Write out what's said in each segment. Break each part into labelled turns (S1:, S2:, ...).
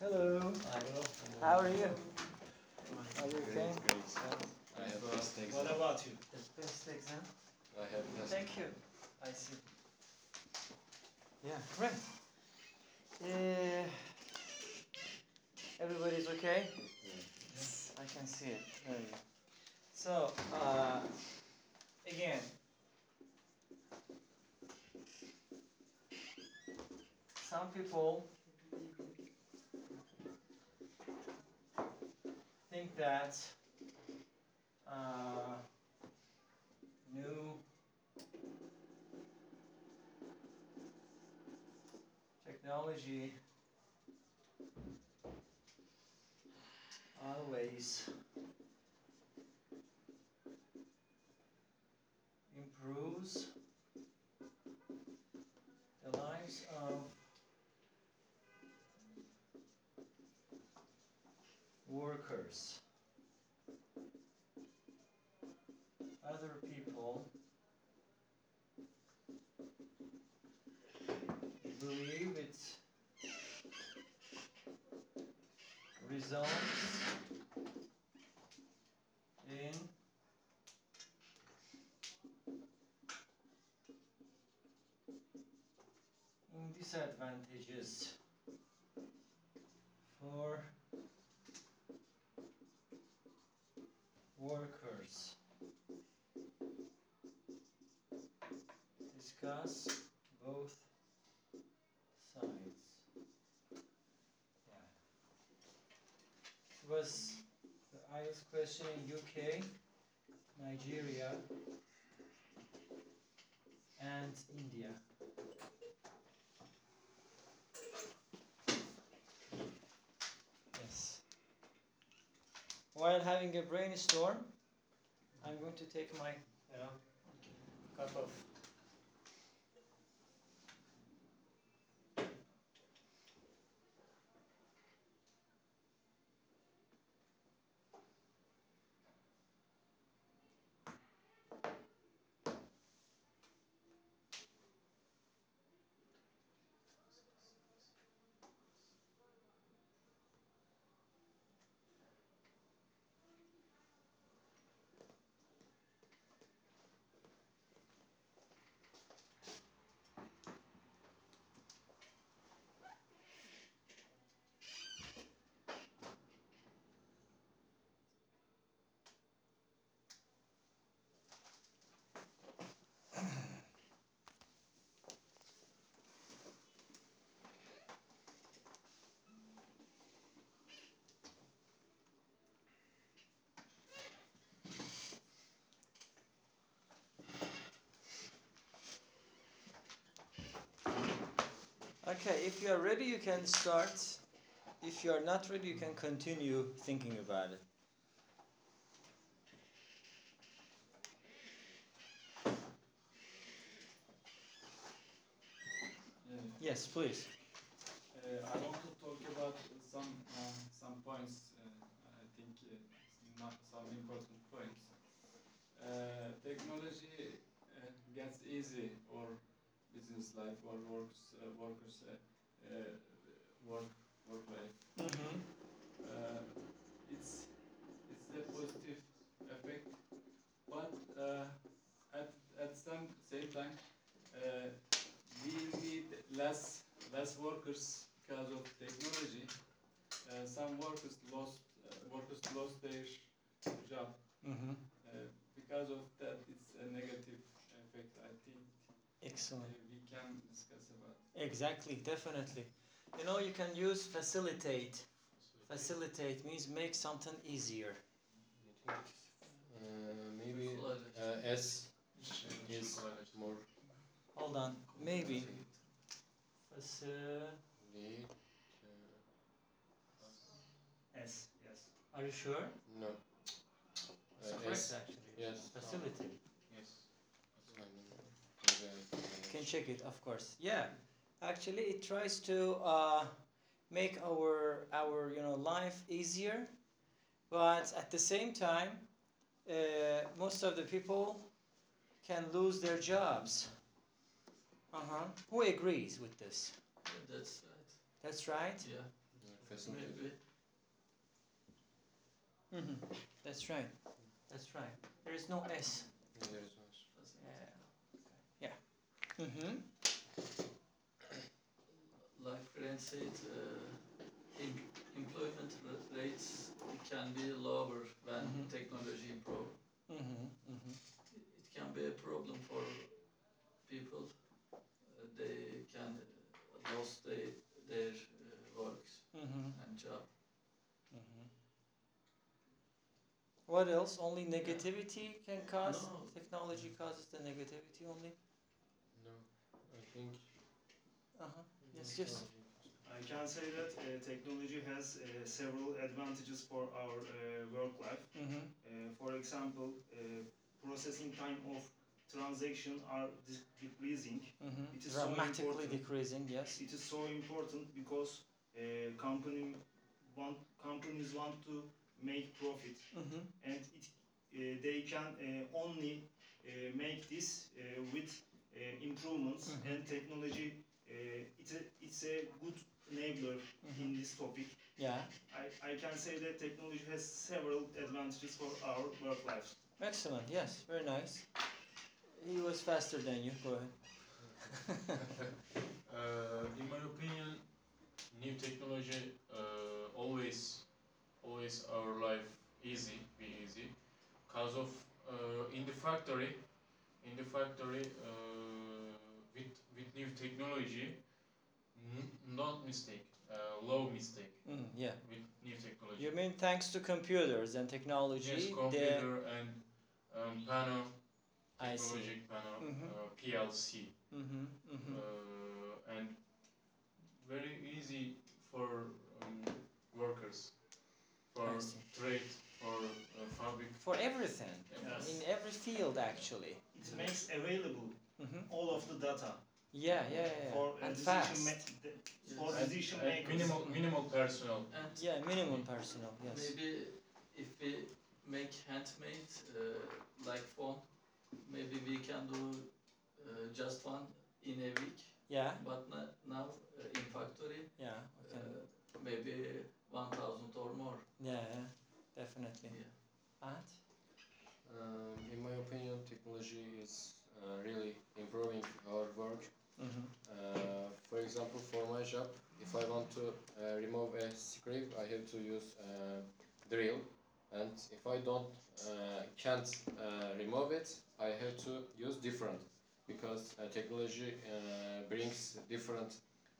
S1: Hello. How are you? Are you okay?
S2: I have test exam.
S3: What about you?
S1: The best exam.
S2: I have test.
S1: Thank you. I see. Yeah, great. Uh, everybody's okay? Yes, I can see it. Very good. So, uh, again, some people think that uh, new technology always improves the lives of workers, other people believe it results in in disadvantages for workers. Discuss both sides. Yeah. It was the IELTS question in UK, Nigeria, and India. Yes. While having a brainstorm, I'm going to take my
S3: Yeah. Cup of
S1: Okay, if you are ready, you can start. If you are not ready, you can continue thinking about it.
S4: Yeah,
S1: Yes, please.
S4: uh, I want to talk about some uh, some points. Uh, I think uh, not some important points. Uh, technology uh, gets easy, or business life, or works uh, workers uh, uh, work work life.
S1: Mm-hmm.
S4: Uh, it's it's a positive effect, but uh, at at some same time, uh, we need less less workers because of technology. Uh, some workers lost uh, workers lost their job
S1: Mm-hmm.
S4: uh, because of that. It's a negative effect. I think uh,
S1: Excellent.
S4: we can discuss about.
S1: Exactly, definitely. You know, you can use facilitate. Facilitate means make something easier.
S2: Uh, maybe uh, S is more
S1: Hold on. Maybe. Faci-
S2: late,
S3: S. Yes.
S1: Are you sure?
S2: uh, no.
S1: It's
S2: Uh,
S1: correct,
S2: S.
S1: actually.
S2: Yes.
S1: Facilitate.
S2: I mean,
S1: You can check it, of course. Yeah. Actually, it tries to uh, make our our you know life easier, but at the same time, uh, most of the people can lose their jobs. Uh huh. Who agrees with this?
S5: That's right.
S1: That's right.
S5: Yeah.
S2: uh,
S6: Kesinlikle.
S1: Mhm. That's right. That's right. There is no S.
S6: There is no S.
S1: Yeah. Yeah. Mhm.
S5: like Fran said, uh, em- employment ra- rates can be lower when
S1: Mhm.
S5: technology improve.
S1: Mhm. Mhm.
S5: It can be a problem for people. Uh, they can uh, lose their, their uh, works
S1: Mhm.
S5: and job.
S1: Mhm. What else? Only negativity can cause
S5: No.
S1: technology
S3: Mm-hmm.
S1: causes the negativity only.
S6: No, I think.
S1: Uh
S3: Uh-huh.
S1: huh. Yes, yes.
S3: I can say that uh, technology has uh, several advantages for our uh, work life.
S1: Mhm.
S3: Uh, for example, uh, processing time of transaction are de- decreasing.
S1: Mhm.
S3: It is so
S1: Dramatically
S3: important.
S1: decreasing. Yes.
S3: It is so important because uh, company want, companies want to make profit
S1: Mhm.
S3: and it, uh, they can uh, only uh, make this uh, with uh, improvements
S1: Mhm.
S3: and technology. Uh, it's, a, it's a good enabler
S1: Mhm.
S3: in this topic.
S1: Yeah.
S3: I, I can say that technology has several advantages for our work life.
S1: Excellent. Yes. Very nice. He was faster than you. Go ahead.
S6: Uh, in my opinion, new technology uh, always, always our life easy, be easy. Cause of uh, in the factory, in the factory uh, with with new technology, n- not mistake, uh, low mistake
S1: mm, yeah.
S6: with new technology.
S1: You mean thanks to computers and technology?
S6: Yes,
S1: the-
S6: computer and um, panel,
S1: I see.
S6: technologic panel,
S1: Mhm.
S6: uh, PLC.
S1: Mm-hmm, mm-hmm.
S6: uh, and very easy for um, workers, for
S1: I see.
S6: trade, for uh, fabric.
S1: For everything,
S3: Yes.
S1: in every field actually.
S3: It makes available
S1: Mm-hmm.
S3: all of the data
S1: Yeah, yeah, yeah.
S3: for, uh,
S1: and
S3: decision
S1: fast.
S3: ma- the-
S5: Yes.
S3: for
S6: And-
S3: decision
S6: and
S3: makers.
S6: minimal, minimal personnel.
S5: And
S1: yeah, minimum personal, yes.
S5: Maybe if we make handmade uh, like phone, maybe we can do uh, just one in a week.
S1: Yeah,
S5: But na- now uh, in factory,
S1: yeah,
S5: uh,
S1: okay.
S5: maybe 1,000 or more.
S1: yeah, yeah, definitely.
S5: Yeah.
S1: Ahmet?
S6: Um, in my opinion, technology is uh, really improving our work.
S1: Mm-hmm.
S6: Uh, for example, for my job, if I want to uh, remove a screw, I have to use uh, drill, and if I don't uh, can't uh, remove it, I have to use different because uh, technology uh, brings different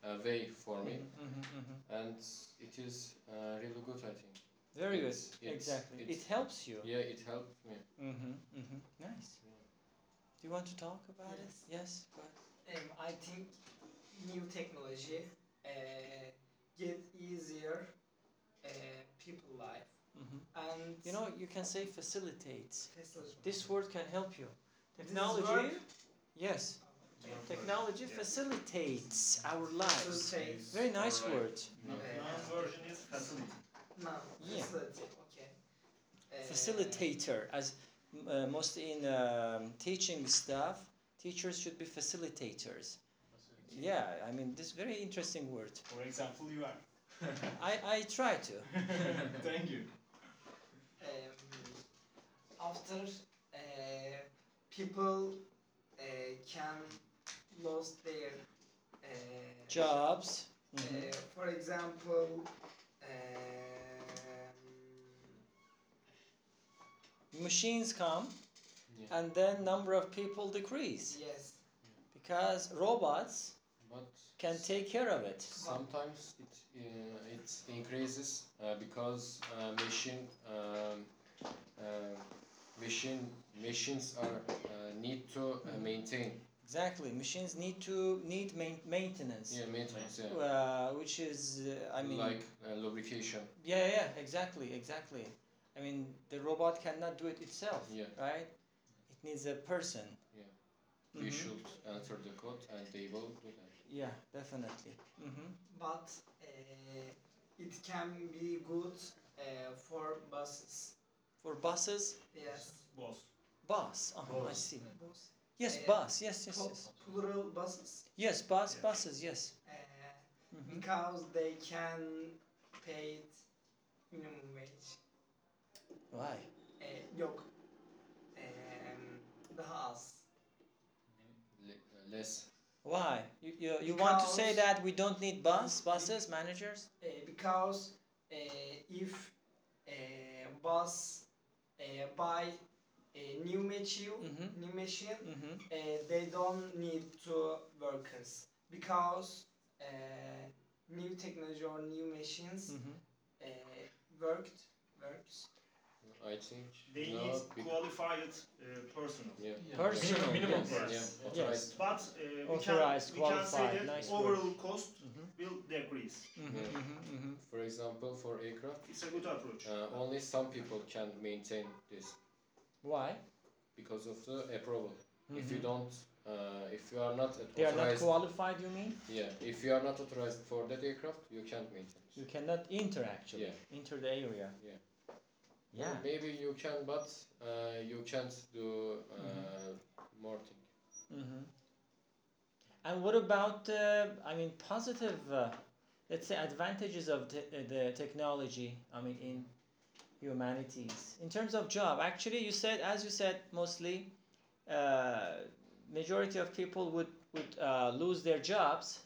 S6: uh, way for me,
S1: Mm-hmm, mm-hmm.
S6: and it is uh, really good, I think.
S1: Very good,
S6: It's- it's-
S1: exactly.
S6: it's-
S1: it helps you.
S6: Yeah, it helped me.
S1: Mm-hmm, mm-hmm. Nice.
S6: Yeah.
S1: Do you want to talk about
S7: Yes.
S1: it? Yes, go ahead.
S7: Um, I think new technology uh, get easier uh, people life
S1: Mm-hmm.
S7: and
S1: You know, you can say facilitates.
S7: facilitate.
S1: This word can help you.
S7: This
S1: Technology,
S7: work-
S1: yes, technology
S3: Yeah.
S1: facilitates our lives.
S7: Facilitate.
S1: Very nice
S6: Alright.
S1: word.
S6: Yeah.
S7: Uh,
S3: Now version is facility.
S7: now,
S1: Yeah.
S7: facilitate, okay. Uh,
S1: Facilitator, as uh, mostly in um, teaching staff, teachers should be facilitators. Yeah, I mean, this very interesting word.
S3: For example, you are.
S1: I, I try to.
S3: Thank you.
S7: um, after uh, people uh, can lose their uh,
S1: Jobs.
S7: Uh,
S1: Mhm.
S7: for example, um,
S1: Machines come,
S6: Yeah.
S1: and then number of people decrease
S7: yes,
S1: because robots
S6: But
S1: can take care of it.
S6: Sometimes it uh, it increases uh, because uh, machine um, uh, machine machines are uh, need to uh, maintain
S1: Exactly. Machines need to need main, maintenance,
S6: yeah maintenance yeah.
S1: uh, which is uh, I mean
S6: like uh, lubrication
S1: yeah yeah exactly exactly. I mean the robot cannot do it itself,
S6: yeah
S1: right? It needs a person.
S6: Yeah.
S1: Mhm.
S6: we should enter the code and they will do that
S1: Yeah, definitely. hmm
S7: but uh, it can be good uh, for buses.
S1: For buses,
S7: Yes,
S3: Boss.
S1: bus. Oh, I
S6: Bus.
S1: see.
S7: bus.
S1: Yes,
S7: Yeah.
S1: bus. Yes, yes,
S7: Plu-
S1: yes.
S7: plural buses
S1: Yes, bus.
S3: Yeah.
S1: Buses. Yes.
S7: uh,
S1: hmm
S7: because they can paid minimum wage.
S1: Vay.
S7: Ee, yok. um, Ee, daha az.
S6: Le- uh, less.
S1: Why? You, you, you want to say
S7: Because-
S1: that we don't need bus, buses, managers?
S7: Uh, because uh, if a bus uh, buy a new machine,
S1: Mhm.
S7: new machine,
S1: Mm-hmm.
S7: uh, they don't need two workers because uh, new technology or new machines
S1: Mm-hmm.
S7: uh, worked works.
S6: I think.
S3: They
S6: no,
S3: need
S6: bec-
S3: qualified uh, personnel.
S6: Yeah.
S1: Person.
S2: Minimum, minimum
S6: Yes,
S2: price.
S6: Yeah.
S1: Yes.
S6: authorized.
S3: But uh, we, can,
S1: Authorized,
S3: we can say
S1: qualified,
S3: that
S1: nice word.
S3: overall cost
S1: Mhm.
S3: will decrease.
S1: Mhm,
S6: Yeah.
S1: mhm, mhm.
S6: For example, for aircraft,
S3: It's a good approach.
S6: uh, only some people can maintain this
S1: Why?
S6: because of the approval. If you
S1: Mhm.
S6: don't, uh, if you are not
S1: They are not
S6: authorized,
S1: qualified, you mean?
S6: yeah, if you are not authorized for that aircraft, you can't maintain. it.
S1: You cannot enter actually.
S6: Yeah.
S1: Enter the area.
S6: Yeah.
S1: Yeah.
S6: Maybe you can, but uh, you can't do uh, more things.
S1: Mm-hmm. And what about, uh, I mean, positive, uh, let's say, advantages of te- uh, the technology, I mean, in humanities? In terms of job, actually, you said, as you said, mostly, uh, majority of people would, would uh, lose their jobs.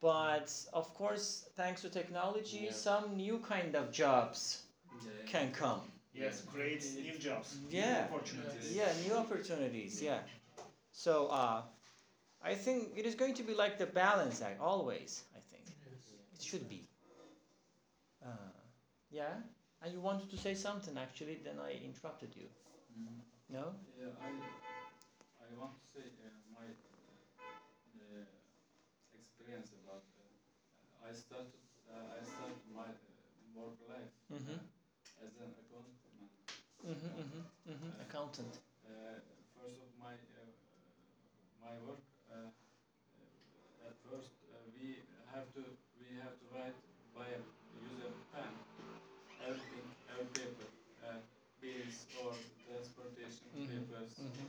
S1: But of course, thanks to technology,
S6: Yeah.
S1: some new kind of jobs
S5: Yeah.
S1: can come.
S3: Yes, create new jobs,
S1: Yeah.
S3: new opportunities.
S1: Yeah, new opportunities. Yeah. So uh, I think it is going to be like the balance act always. I think it should be. Uh, yeah. And you wanted to say something actually, then I interrupted you.
S4: Mhm.
S1: No.
S4: Yeah, I, I want to say uh, my uh, experience about. Uh, I started uh, I started my uh, work life eh,
S1: Mhm.
S4: as an accountant.
S1: Mhm. Mhm. Mhm. Accountant.
S4: Uh, first of my uh, my work uh, uh, at first uh, we have to we have to write by use a pen everything every paper uh, bills or transportation
S1: Mhm.
S4: papers
S1: Mhm.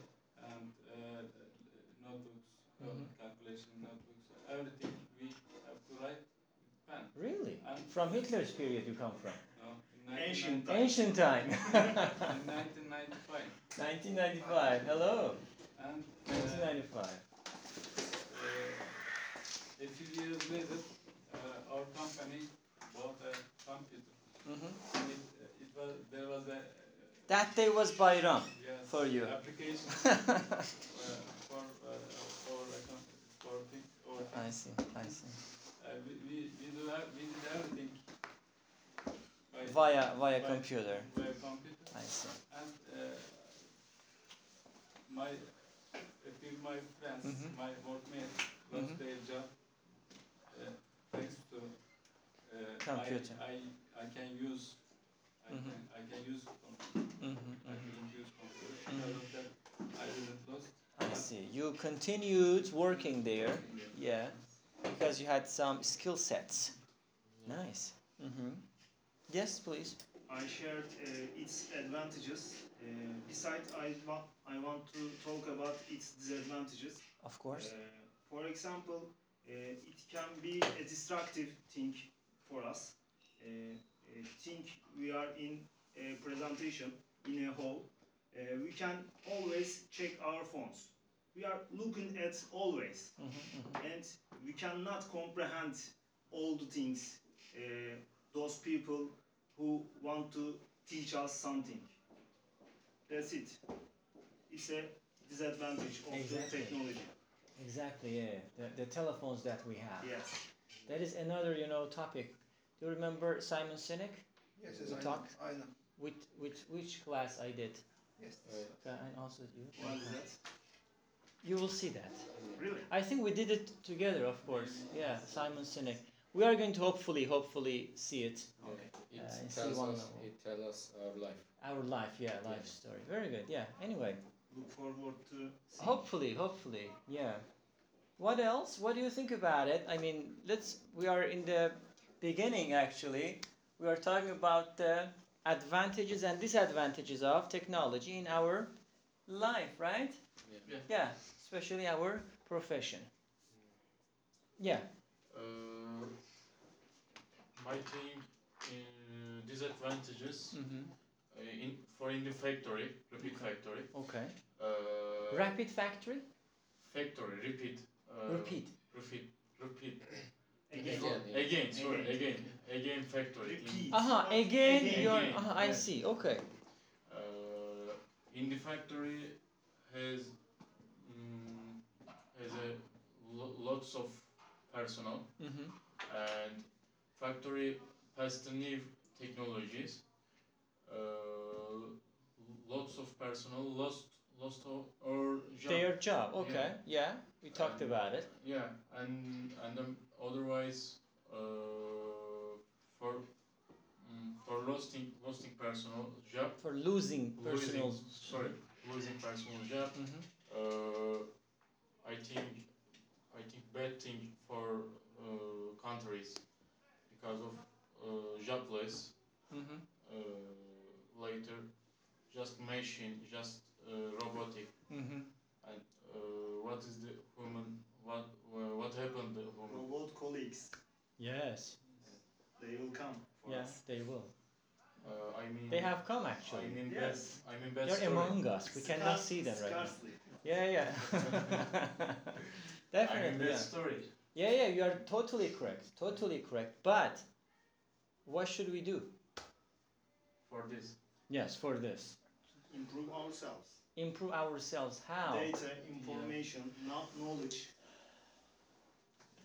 S4: and uh, notebooks uh,
S1: Mhm.
S4: calculation notebooks everything we have to write with pen
S1: Really?
S4: and
S1: From Hitler's period you come from.
S4: no, in
S3: Ancient
S4: 1990
S1: Ancient time.
S4: in 1995
S1: 1995. Hello.
S4: and uh,
S1: 1995.
S4: Uh, a few years later, uh, our company bought a computer.
S1: Mhm.
S4: And it, uh, it was there was a uh,
S1: That day was Bayram
S4: yes,
S1: for you.
S4: application uh, for uh, for a com- for thing or
S1: I see. I see.
S4: uh, we, we we do have, we did everything by
S1: Via
S4: by-
S1: via computer.
S4: by computer
S1: I see.
S4: and uh, my a few my friends
S1: Mhm.
S4: my workmates lost
S1: Mhm.
S4: their job uh, thanks to uh,
S1: Computer.
S4: I, I, I can use I,
S1: Mhm.
S4: can, I can use computer
S1: hmm
S4: I couldn't use computer because of that I didn't lost
S1: Mm-hmm. I see. You continued working there, yeah, because you had some skill sets. Nice. hmm Yes, please.
S3: I shared uh, its advantages. Uh, besides, I, wa- I want to talk about its disadvantages.
S1: Of course.
S3: Uh, for example, uh, it can be a destructive thing for us. Uh, uh, think we are in a presentation in a hall. Uh, we can always check our phones. We are looking at always,
S1: Mhm, mhm.
S3: and we cannot comprehend all the things uh, those people who want to teach us something. That's it. It's a disadvantage of
S1: Exactly.
S3: the technology.
S1: Exactly. Yeah. The, the telephones that we have.
S3: Yes.
S1: That is another, you know, topic. Do you remember Simon Sinek?
S8: Yes,
S1: We
S8: yes, I know.
S1: talk.
S8: I know.
S1: Which which which class I did?
S8: Yes.
S6: Right.
S1: Uh, and also you.
S3: What is that?
S1: You will see that.
S3: Really?
S1: I think we did it together, of course. Yeah, Simon Sinek. We are going to hopefully, hopefully see it.
S6: It
S1: Uh, it's
S6: tells
S1: one
S6: us,
S1: level.
S6: it tells us our life.
S1: Our life, yeah, life story. Very good, yeah. Anyway,
S3: Look forward to. seeing.
S1: hopefully, hopefully, yeah. What else? What do you think about it? I mean, let's. We are in the beginning, actually. We are talking about the advantages and disadvantages of technology in our life, right?
S6: Yeah.
S5: Yeah.
S1: Yeah, especially our profession. Yeah.
S2: Uh, my thing uh, disadvantages
S1: Mhm.
S2: uh, in, for in the factory, repeat factory.
S1: Okay.
S2: Uh,
S1: Rapid factory?
S2: Factory, repeat. Uh,
S1: Repeat.
S2: Repeat. Repeat.
S3: Again.
S6: Again.
S2: Again, sorry, again. Again factory. In,
S3: Repeat.
S1: Aha, Uh-huh. again,
S3: Again.
S1: you're.
S2: Again,
S1: Aha, I
S2: yeah.
S1: see. Okay.
S2: uh, in the factory has mm, has a lo- lots of personnel
S1: Mhm.
S2: and factory pioneer technologies. Uh, lots of personnel lost lost o- or job.
S1: Their job. Okay. Yeah. We talked
S2: Um,
S1: about it.
S2: Yeah, and and um, otherwise, uh, for mm, for losing losing personal job,
S1: For losing personal.
S2: losing sorry, losing personal job.
S1: Mhm.
S2: Uh, I think I think bad thing for uh, countries because of uh, jobless
S1: Mhm.
S2: uh, later, just machine, just uh, robotic.
S1: Mhm.
S2: And uh, what is the human? What uh, what happened to the human?
S3: Robot colleagues,
S1: Yes.
S3: they will come for
S1: Yeah,
S3: us.
S1: they will.
S2: Uh, I mean,
S1: They have come
S2: I
S1: actually.
S2: mean,
S3: Yes.
S2: bad, I mean bad
S1: They're
S2: story.
S1: among us. We cannot
S3: Scar-
S1: see them right now.
S3: Scarcely.
S1: Yeah, yeah.
S2: I mean
S1: Definitely.
S2: bad
S1: yeah.
S2: story.
S1: Yeah, yeah, you are totally correct. Totally correct. But what should we do?
S2: for this.
S1: Yes, for this.
S3: Improve ourselves.
S1: Improve ourselves. How?
S3: Data, information, not knowledge.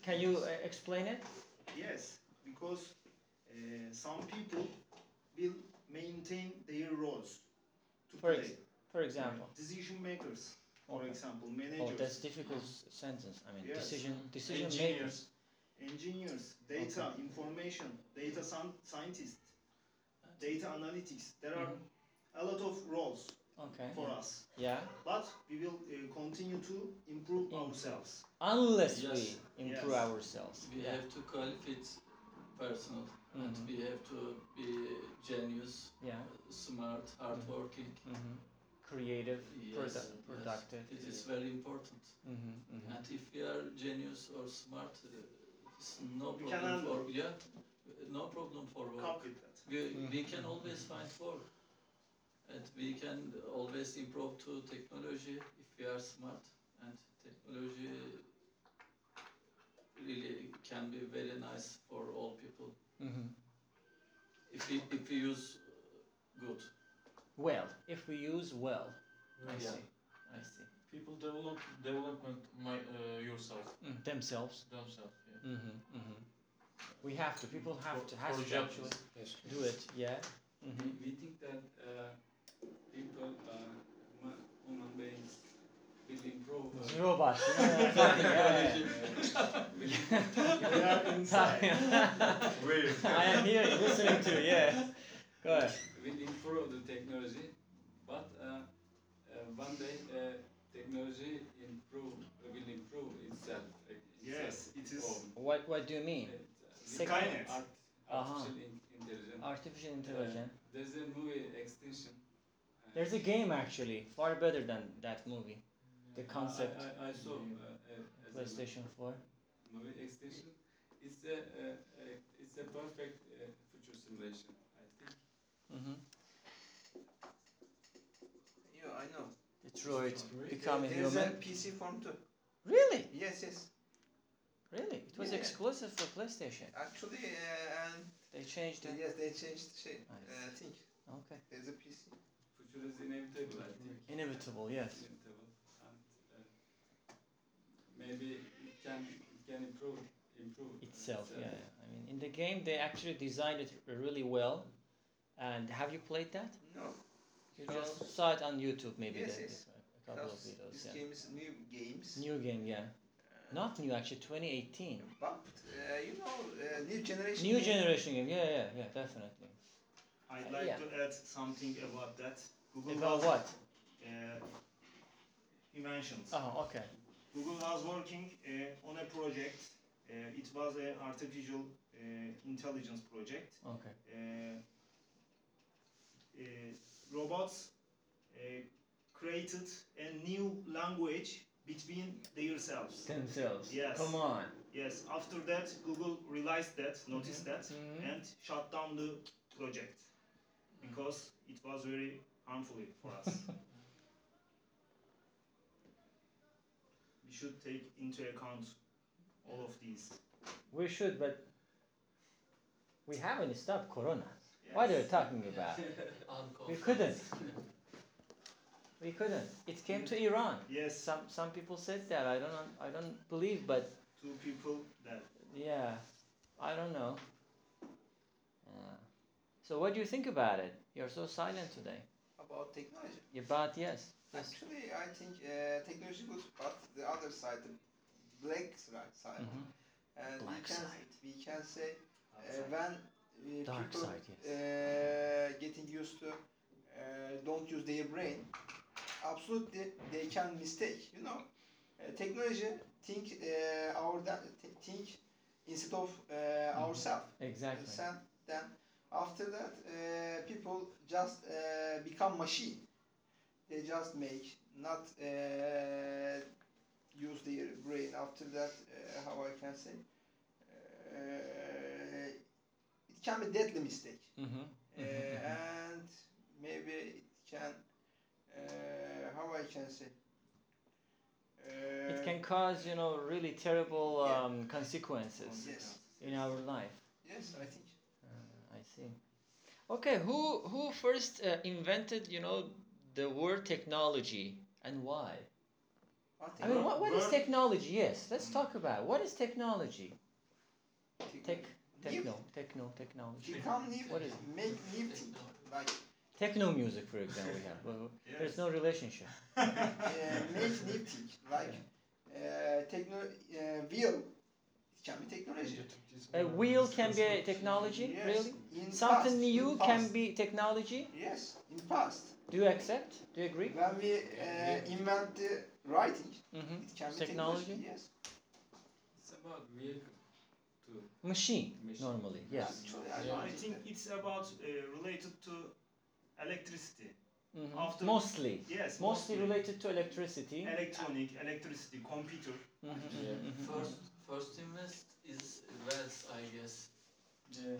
S1: Can you uh, explain it?
S3: Yes, because uh, some people will maintain their roles to
S1: For
S3: play.
S1: ex- For example.
S3: Decision makers, for
S1: Okay.
S3: example,
S1: Oh, that's
S3: managers,
S1: difficult s- sentence. I mean,
S3: Yes.
S1: decision decision makers.
S2: Engineers.
S3: engineers, data, information, data sci- scientists, data analytics. There are a lot of roles
S1: Mm-hmm. Okay.
S3: for us,
S1: Yeah.
S3: but we will uh, continue to improve ourselves.
S1: Unless
S5: Yes.
S1: we improve
S3: Yes.
S1: ourselves.
S5: We
S1: yeah.
S5: have to call it personal, and
S1: Mhm.
S5: we have to be genius,
S1: yeah.
S5: smart, hardworking.
S1: hmm Creative,
S5: Yes,
S1: produ-
S5: yes.
S1: productive.
S5: It is very important.
S1: Mm-hmm, hmm
S5: And if we are genius or smart, uh, it's no
S3: We can
S5: problem
S3: handle.
S5: for yeah, no problem for work.
S3: Cope with that.
S5: We, we
S1: Mhm.
S5: can always find work, and we can always improve to technology if we are smart. And technology really can be very nice for all people
S1: hmm
S5: if we if we use uh, good.
S1: Well, if we use well. I
S5: Yeah.
S1: see. I see.
S2: People develop development my uh, yourself
S1: Mm, Themselves.
S2: themselves. Yeah.
S1: hmm hmm We have to. People have
S2: For-
S1: to. Have
S2: for
S1: to
S2: job.
S1: actually
S6: Yes, please.
S1: do it. Yeah.
S4: We,
S1: hmm
S4: we think that uh, people, uh, human- human beings, will improve. uh,
S1: Robots. Yeah, yeah, yeah.
S3: We are inside.
S2: Wait.
S1: I am here listening to. Yeah. Go ahead.
S4: will improve the technology, but uh, uh, one day uh, technology improve will improve itself. uh,
S3: Yes,
S4: itself
S3: it is.
S4: own.
S1: What What do you mean?
S4: And,
S1: Sec-
S4: uh,
S3: Skynet.
S4: art,
S1: Aha.
S4: artificial in- intelligence.
S1: Uh-huh.
S4: Uh,
S1: Artificial intelligence.
S4: There's a movie Extinction. uh,
S1: There's a game actually far better than that movie. The
S4: I-
S1: concept.
S4: I, I, I saw uh, uh, as a
S1: PlayStation Four.
S4: movie Extinction. It's a uh, uh, it's a perfect uh, future simulation. I think.
S1: Mm-hmm.
S8: Yeah, I know.
S1: Detroit
S8: There-
S1: become a
S8: There's
S1: human.
S8: a PC form too.
S1: Really?
S8: Yes, yes.
S1: Really? It was
S8: Yeah.
S1: exclusive for PlayStation.
S8: Actually, uh, and
S1: They changed it.
S8: yes, they changed the shape.
S1: I
S8: Uh, I think
S1: Okay.
S8: there's a PC.
S4: Future is inevitable. I think.
S1: Inevitable, yes.
S4: interval and uh, maybe it can it can improve improve
S1: Itself, yeah, yeah. I mean, in the game, they actually designed it really well. And have you played that?
S8: No,
S1: You
S8: No.
S1: just saw it on YouTube, maybe.
S8: Yes,
S1: the-
S8: yes.
S1: A couple of
S8: because
S1: videos,
S8: this
S1: yeah.
S8: game is new games.
S1: New game, yeah.
S8: Uh,
S1: Not new, actually, 2018.
S8: But uh, you know, uh, new generation.
S1: New
S8: game-
S1: generation game, yeah, yeah, yeah, definitely.
S3: I'd like
S1: Yeah.
S3: to add something about that. Google
S1: About
S3: has,
S1: what?
S3: Uh, inventions.
S1: Oh, okay.
S3: Google was working uh, on a project. Uh, it was an artificial uh, intelligence project.
S1: Okay.
S3: Uh, uh, robots uh, created a new language between themselves.
S1: Themselves.
S3: Yes.
S1: Come on.
S3: Yes, after that, Google realized that, noticed that,
S1: Mhm.
S3: and shut down the project because it was very harmful for us. we should take into account all of these.
S1: We should, but we haven't stopped Corona. What are you talking about? We couldn't. We couldn't. It came to Iran.
S3: Yes,
S1: Some some people said that. I don't I don't believe, but
S3: two people that
S1: yeah, I don't know. Uh, so what do you think about it? You're so silent today.
S7: about technology.
S1: About yes, yes.
S7: Actually, I think uh, technology good, but the other side, the black side, side.
S1: Mhm.
S7: And
S1: Black
S7: we can,
S1: side.
S7: We can say uh,
S1: side.
S7: when uh,
S1: Dark
S7: people
S1: side, yes.
S7: uh, getting used to uh, don't use their brain, absolutely they can mistake. You know, uh, technology think uh, our da- th- think instead of uh, ourselves.
S1: Exactly.
S7: Sen, then after that, uh, people just uh, become machine. They just make not uh, use their brain. After that, uh, how I can say, uh, it can be deadly mistake,
S1: Mhm.
S7: uh, and maybe it can, uh, how I can say.
S1: It
S7: Uh,
S1: can cause you know really terrible
S7: Yeah. Oh,
S1: um, consequences
S7: yes,
S1: in our life.
S7: yes, I think.
S1: I see. Okay, who who first uh, invented you know the word technology and why? I mean, what, what is
S3: Word-
S1: technology? Yes, let's talk about it. what is technology. Tech, techno,
S7: New-
S1: techno, technology.
S7: become new,
S1: What is it?
S7: make new thing, like
S1: Techno music, for example, we have. Well, There's no relationship.
S7: uh, make new thing, like uh, techno, uh, wheel. It can be technology.
S1: A wheel can be a technology,
S7: Yes,
S1: really.
S7: in past,
S1: Something
S7: in
S1: new can
S7: past.
S1: be technology.
S7: Yes, in past.
S1: Do you accept? Do you agree?
S7: When we uh, invent the writing,
S1: Mm-hmm.
S7: it can be
S1: Technology?
S7: technology. Yes.
S4: It's about vehicle.
S1: Machine,
S4: Machine.
S1: normally. Yes.
S7: Actually, I,
S6: Yeah.
S7: don't
S3: I think
S7: that-
S3: it's about uh, related to electricity.
S1: Mhm.
S3: After-
S1: Mostly.
S3: Yes,
S1: Mostly related to electricity.
S3: electronic, electricity, computer.
S1: Mhm, mhm,
S6: Yeah.
S1: mhm.
S5: First, first invest is Wales, I guess.
S4: Yeah.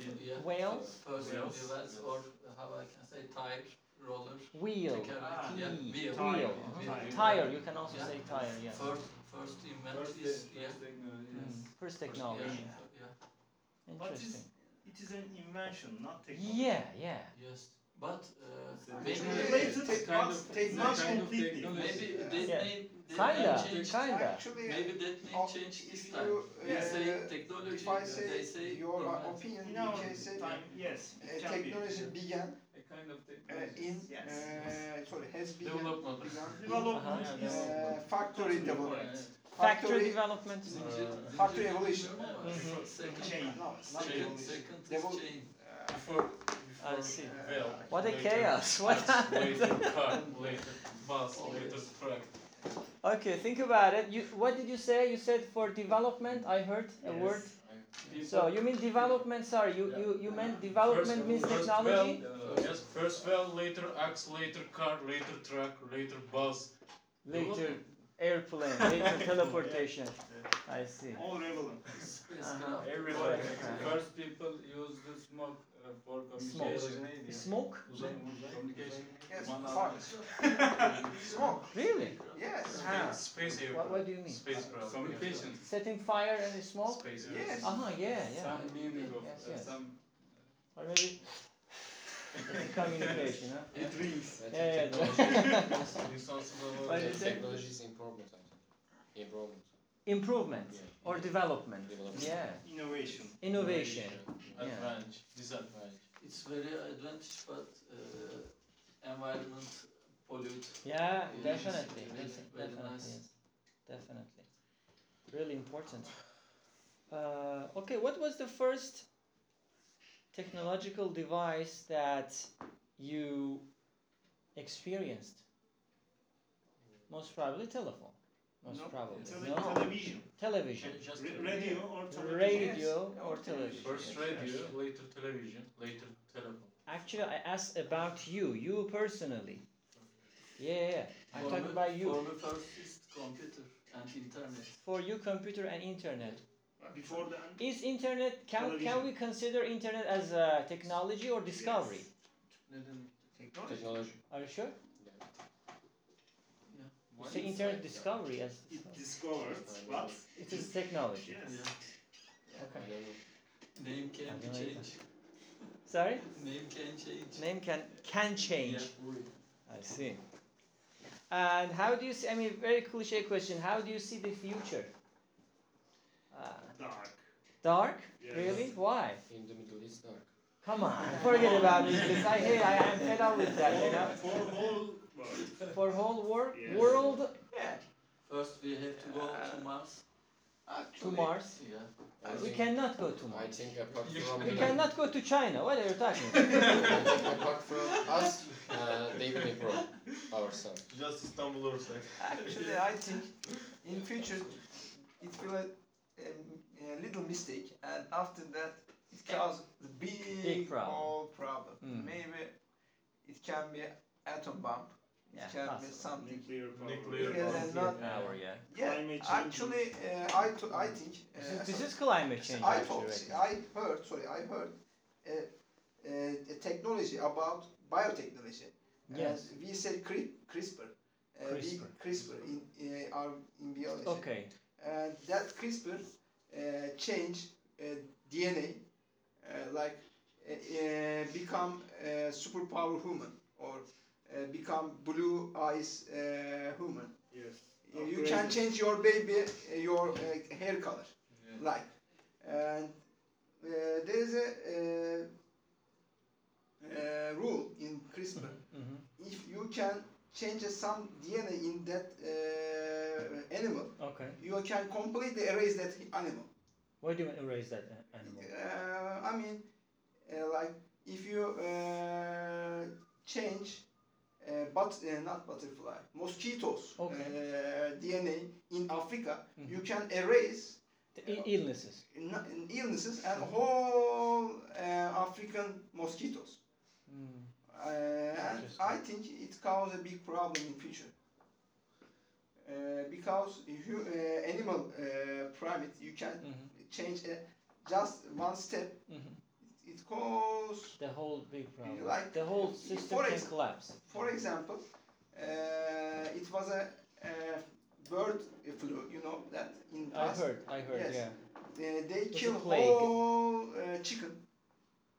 S5: Yeah.
S1: Wales?
S5: First
S2: Wales.
S5: Wales or how I can say tire roller.
S1: Wheel.
S5: Teker-
S3: Ah,
S5: yeah,
S1: Wheel.
S5: wheel.
S1: Wheel.
S3: Tire.
S1: uh-huh.
S3: Tire.
S1: Tire. You can also
S5: Yeah.
S1: say tire. Yeah.
S5: First, first invent
S4: First,
S5: is
S4: thing-
S5: yeah.
S4: first thing, uh, yes.
S1: Mm, First
S5: First-
S1: technology.
S5: Yeah. yeah,
S3: What is-
S1: Interesting.
S3: It is an invention, not technology.
S1: Yeah, yeah.
S5: Yes. But
S4: It's
S5: uh, maybe,
S4: a-
S5: maybe
S3: Related,
S4: It's
S3: but
S4: kind of-
S3: they
S4: it's a
S3: not
S4: kind of
S3: completely.
S4: technology.
S5: that
S1: Yeah.
S5: name, that
S1: Kinda,
S5: name changed.
S1: kinda.
S7: Actually,
S5: Maybe that name
S7: oh,
S5: changed this
S7: if
S5: time.
S7: you,
S5: They say
S7: uh,
S5: technology.
S7: if I
S5: they
S7: say,
S5: say
S7: your uh,
S5: invent.
S7: opinion,
S3: In our
S7: you can say
S3: time, yes,
S7: uh,
S3: it can be.
S7: technology began
S4: A kind of
S7: uh,
S4: technology.
S7: in
S3: Yes.
S7: uh, sorry has begun.
S2: Development.
S7: begun in,
S3: Development
S1: Uh-huh.
S3: is
S7: uh, factory development.
S5: Right.
S1: Factory development.
S5: Zincir-
S7: factory
S5: zincir-
S7: evolution.
S5: No,
S1: Mhm.
S5: Second,
S3: chain.
S7: No, it's not
S5: second,
S7: evolution.
S5: second is
S7: Devol-
S5: chain.
S7: uh,
S2: Before,
S1: I
S2: before
S1: see.
S2: Well,
S1: What a
S2: later
S1: chaos. What
S2: bus,
S1: happened?
S2: Later car, later bus, later truck.
S1: Okay, think about it. You, what did you say? You said for development. I heard a
S3: Yes.
S1: word.
S4: People-
S1: So you mean development? Sorry, you, you, you meant development
S2: First-
S1: means
S2: first
S1: technology.
S2: well, uh, yes, first well, later axe, later car, later truck, later bus.
S1: Later, airplane. Later teleportation. I see.
S3: all relevant.
S1: Uh-huh.
S4: Everywhere.
S1: Okay.
S4: First people use the smoke uh, for communication.
S1: Smoke?
S4: Communication.
S7: Yes,
S4: One
S7: fuck. Smoke.
S1: Really?
S7: Yes.
S1: Ah.
S2: Space
S1: What,
S2: aircraft.
S1: what do you mean?
S2: Spacecraft.
S4: Communication.
S1: Setting fire and smoke?
S2: Space
S7: Yes.
S2: aircraft.
S1: Uh huh. Yeah, yeah.
S4: Some meaning of
S1: Yes,
S4: uh,
S1: yes.
S4: some.
S1: Or maybe
S7: Ah.
S1: communication, huh?
S2: It
S6: I
S2: rings.
S6: think
S1: Yeah,
S6: technology,
S1: yeah.
S2: This also
S1: What do you say?
S6: technology is improvement. I think. Improvement.
S1: Improvement
S6: Yeah.
S1: or development.
S6: Development.
S1: Yeah.
S3: Innovation.
S1: Innovation. Yeah.
S2: advantage, disadvantage.
S5: It's very advantage, but uh, environment pollute.
S1: Yeah,
S5: Yes.
S1: definitely.
S5: Very-
S1: defi-
S5: very
S1: definitely.
S5: nice.
S1: yes. Definitely. Really important. Uh, okay, what was the first technological device that you experienced? Most probably telephone. Most
S3: No,
S1: probably.
S3: Tele-
S1: no.
S3: television.
S1: Television.
S5: Just
S3: Ra- radio or television.
S1: Radio
S7: Yes,
S1: or
S7: television.
S1: television.
S2: First radio, later television, later telephone.
S1: Actually, I asked about you, you personally. Yeah, yeah. I'm
S5: For
S1: talking
S5: me-
S1: about you.
S5: For me first is computer. and internet.
S1: for you computer and internet
S3: Before then,
S1: is internet can, can
S3: Television.
S1: we consider internet as a technology or discovery
S5: Neden?
S8: Technology.
S6: Technology.
S1: are you sure
S5: Why
S1: say
S5: is
S1: internet
S5: like that?
S1: discovery as
S3: it discovered what?
S1: it is technology
S3: Yes.
S5: Yeah.
S1: okay
S6: I don't know.
S5: Name can be
S1: Something like
S5: changed.
S1: sorry
S5: Name can change.
S1: name can can change
S5: Yeah.
S1: I see. And how do you see? I mean, very cliche question. How do you see the future? Uh,
S3: Dark.
S1: dark?
S3: Yes.
S1: Really? Why?
S6: In the Middle East, dark.
S1: Come on, forget about it. 'cause I hate. I am fed up with that. You
S3: For,
S1: know,
S3: for whole world.
S1: for whole wor-
S3: Yes.
S1: world
S8: Yeah.
S5: First we have to go to Mars.
S1: Uh, to
S8: Actually,
S1: Mars.
S5: Yeah.
S6: I
S1: We
S6: think-
S1: cannot go to
S6: I
S1: Mars.
S6: think apart
S5: You
S6: from
S1: We cannot go to China. What are you talking? about?
S6: apart from us, uh, they will improve our son.
S9: Just İstanbul olursak.
S8: Actually, I think in future it will a, a little mistake, and after that it causes the big,
S1: Big problem.
S8: old problem.
S1: Mm.
S8: Maybe it can be atom bomb. It
S1: Yeah,
S8: can
S1: possible.
S8: be something.
S3: Nuclear power.
S9: Nuclear
S8: Yeah,
S9: power.
S8: and not,
S1: Power, yeah.
S8: yeah
S3: Climate change.
S8: actually, uh, I, to, I think.
S1: This
S8: Uh,
S1: is, this is climate change.
S8: I
S1: actually,
S8: thought,
S1: right now.
S8: I heard, sorry, I heard uh, uh, a technology about biotechnology. Uh,
S1: Yes.
S8: we said cri- CRISPR. Uh,
S1: CRISPR.
S8: We, CRISPR in, uh, our, in biology.
S1: Okay.
S8: And E, that CRISPR uh, change uh, DNA, uh, like uh, uh, become uh, superpower human or uh, become blue eyes uh, human.
S3: Yes.
S8: You- You can change your baby, uh, your uh, hair color, like, and uh, there is a uh, uh, rule in CRISPR.
S1: hmm
S8: if you can change some DNA in that uh, animal,
S1: Okay.
S8: you can completely erase that animal.
S1: Why do you erase that uh, animal?
S8: Uh, I mean, uh, like if you uh, change, uh, but uh, not butterfly, mosquitoes
S1: Okay.
S8: uh, DNA in Africa,
S1: Mhm.
S8: you can erase
S1: The i- illnesses.
S8: n- illnesses and whole uh, African mosquitoes.
S1: Mm.
S8: Uh, and
S1: Interesting.
S8: I think it causes a big problem in future. Uh, because if you uh, animal uh, primate, you can
S1: Mhm.
S8: change uh, just one step
S1: Mhm.
S8: it goes
S1: The whole big problem.
S8: like-
S1: the whole
S8: if-
S1: system
S8: for
S1: can
S8: ex-
S1: collapse.
S8: for example uh, it was a, a bird flu you know that in
S1: I
S8: past
S1: heard, I heard,
S8: Yes.
S1: yeah.
S8: uh, they
S1: was a
S8: kill
S1: plague.
S8: whole uh, chicken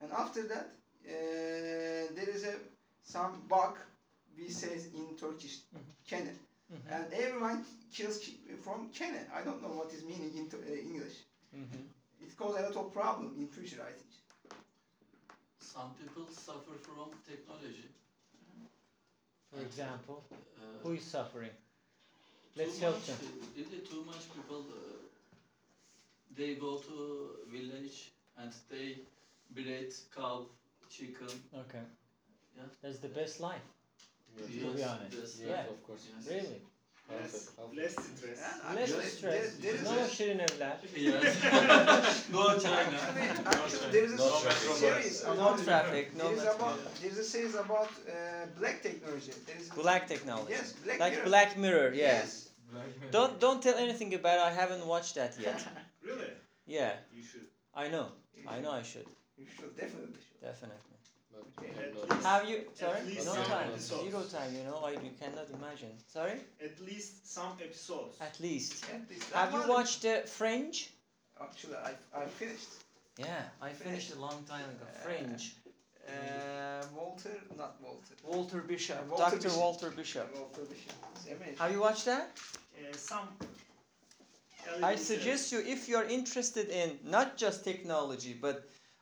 S8: and after that uh, there is a some bug we say in turkish kene
S1: Mhm.
S8: and everyone kills ki- from kene i don't know what is meaning in tu- uh, english
S1: Mhm.
S8: it causes a lot of problem in future i think
S5: Some people suffer from technology.
S1: For example,
S5: Uh,
S1: who is suffering?
S5: too
S1: Let's help
S5: much,
S1: them.
S5: uh, Is it too much people? Uh, they go to village and they breed cow, chicken.
S1: Okay.
S5: Yeah.
S1: That's the best life,
S6: Yes,
S1: to be honest.
S5: yes,
S1: Yeah.
S6: of course.
S5: yes.
S1: Really.
S3: Less,
S6: Half- half-
S3: less stress.
S8: And
S1: Less
S8: actually,
S1: stress.
S8: there- there is
S1: no
S8: a-
S1: şirin evler.
S5: Yes. Go China.
S8: Actually, actually, there is a
S6: No
S8: series
S6: metro.
S8: about
S1: traffic,
S8: there is about there is a series about uh, black technology. There is
S1: Black technology.
S8: yes, black
S1: like
S8: mirror.
S1: Black Mirror, yeah.
S8: Yes.
S1: Don't don't tell anything about it. I haven't watched that yet.
S3: Really?
S1: yeah,
S3: You should.
S1: I know. I know I should.
S8: You should definitely. Should.
S1: Definitely.
S6: But
S3: Okay,
S6: I'm
S3: at
S6: not-
S3: least-
S1: Have you sorry?
S3: least
S1: No
S6: some
S1: time.
S3: episodes.
S1: Zero time, you know, I you cannot imagine. Sorry?
S3: At least some episodes.
S1: At least.
S8: At least that
S1: Have you
S8: one-
S1: watched uh, Fringe?
S8: Actually, I I finished.
S1: Yeah, I finished a long time ago.
S8: Uh,
S1: Fringe.
S8: Uh, Walter, not Walter.
S1: Walter Bishop.
S8: Walter
S1: Dr.
S8: Bishop.
S1: Walter Bishop.
S8: Walter şey. Bishop. It's amazing.
S1: Have you watched that?
S3: Uh, some.
S1: I
S3: element,
S1: suggest you, if you are interested in not just technology, but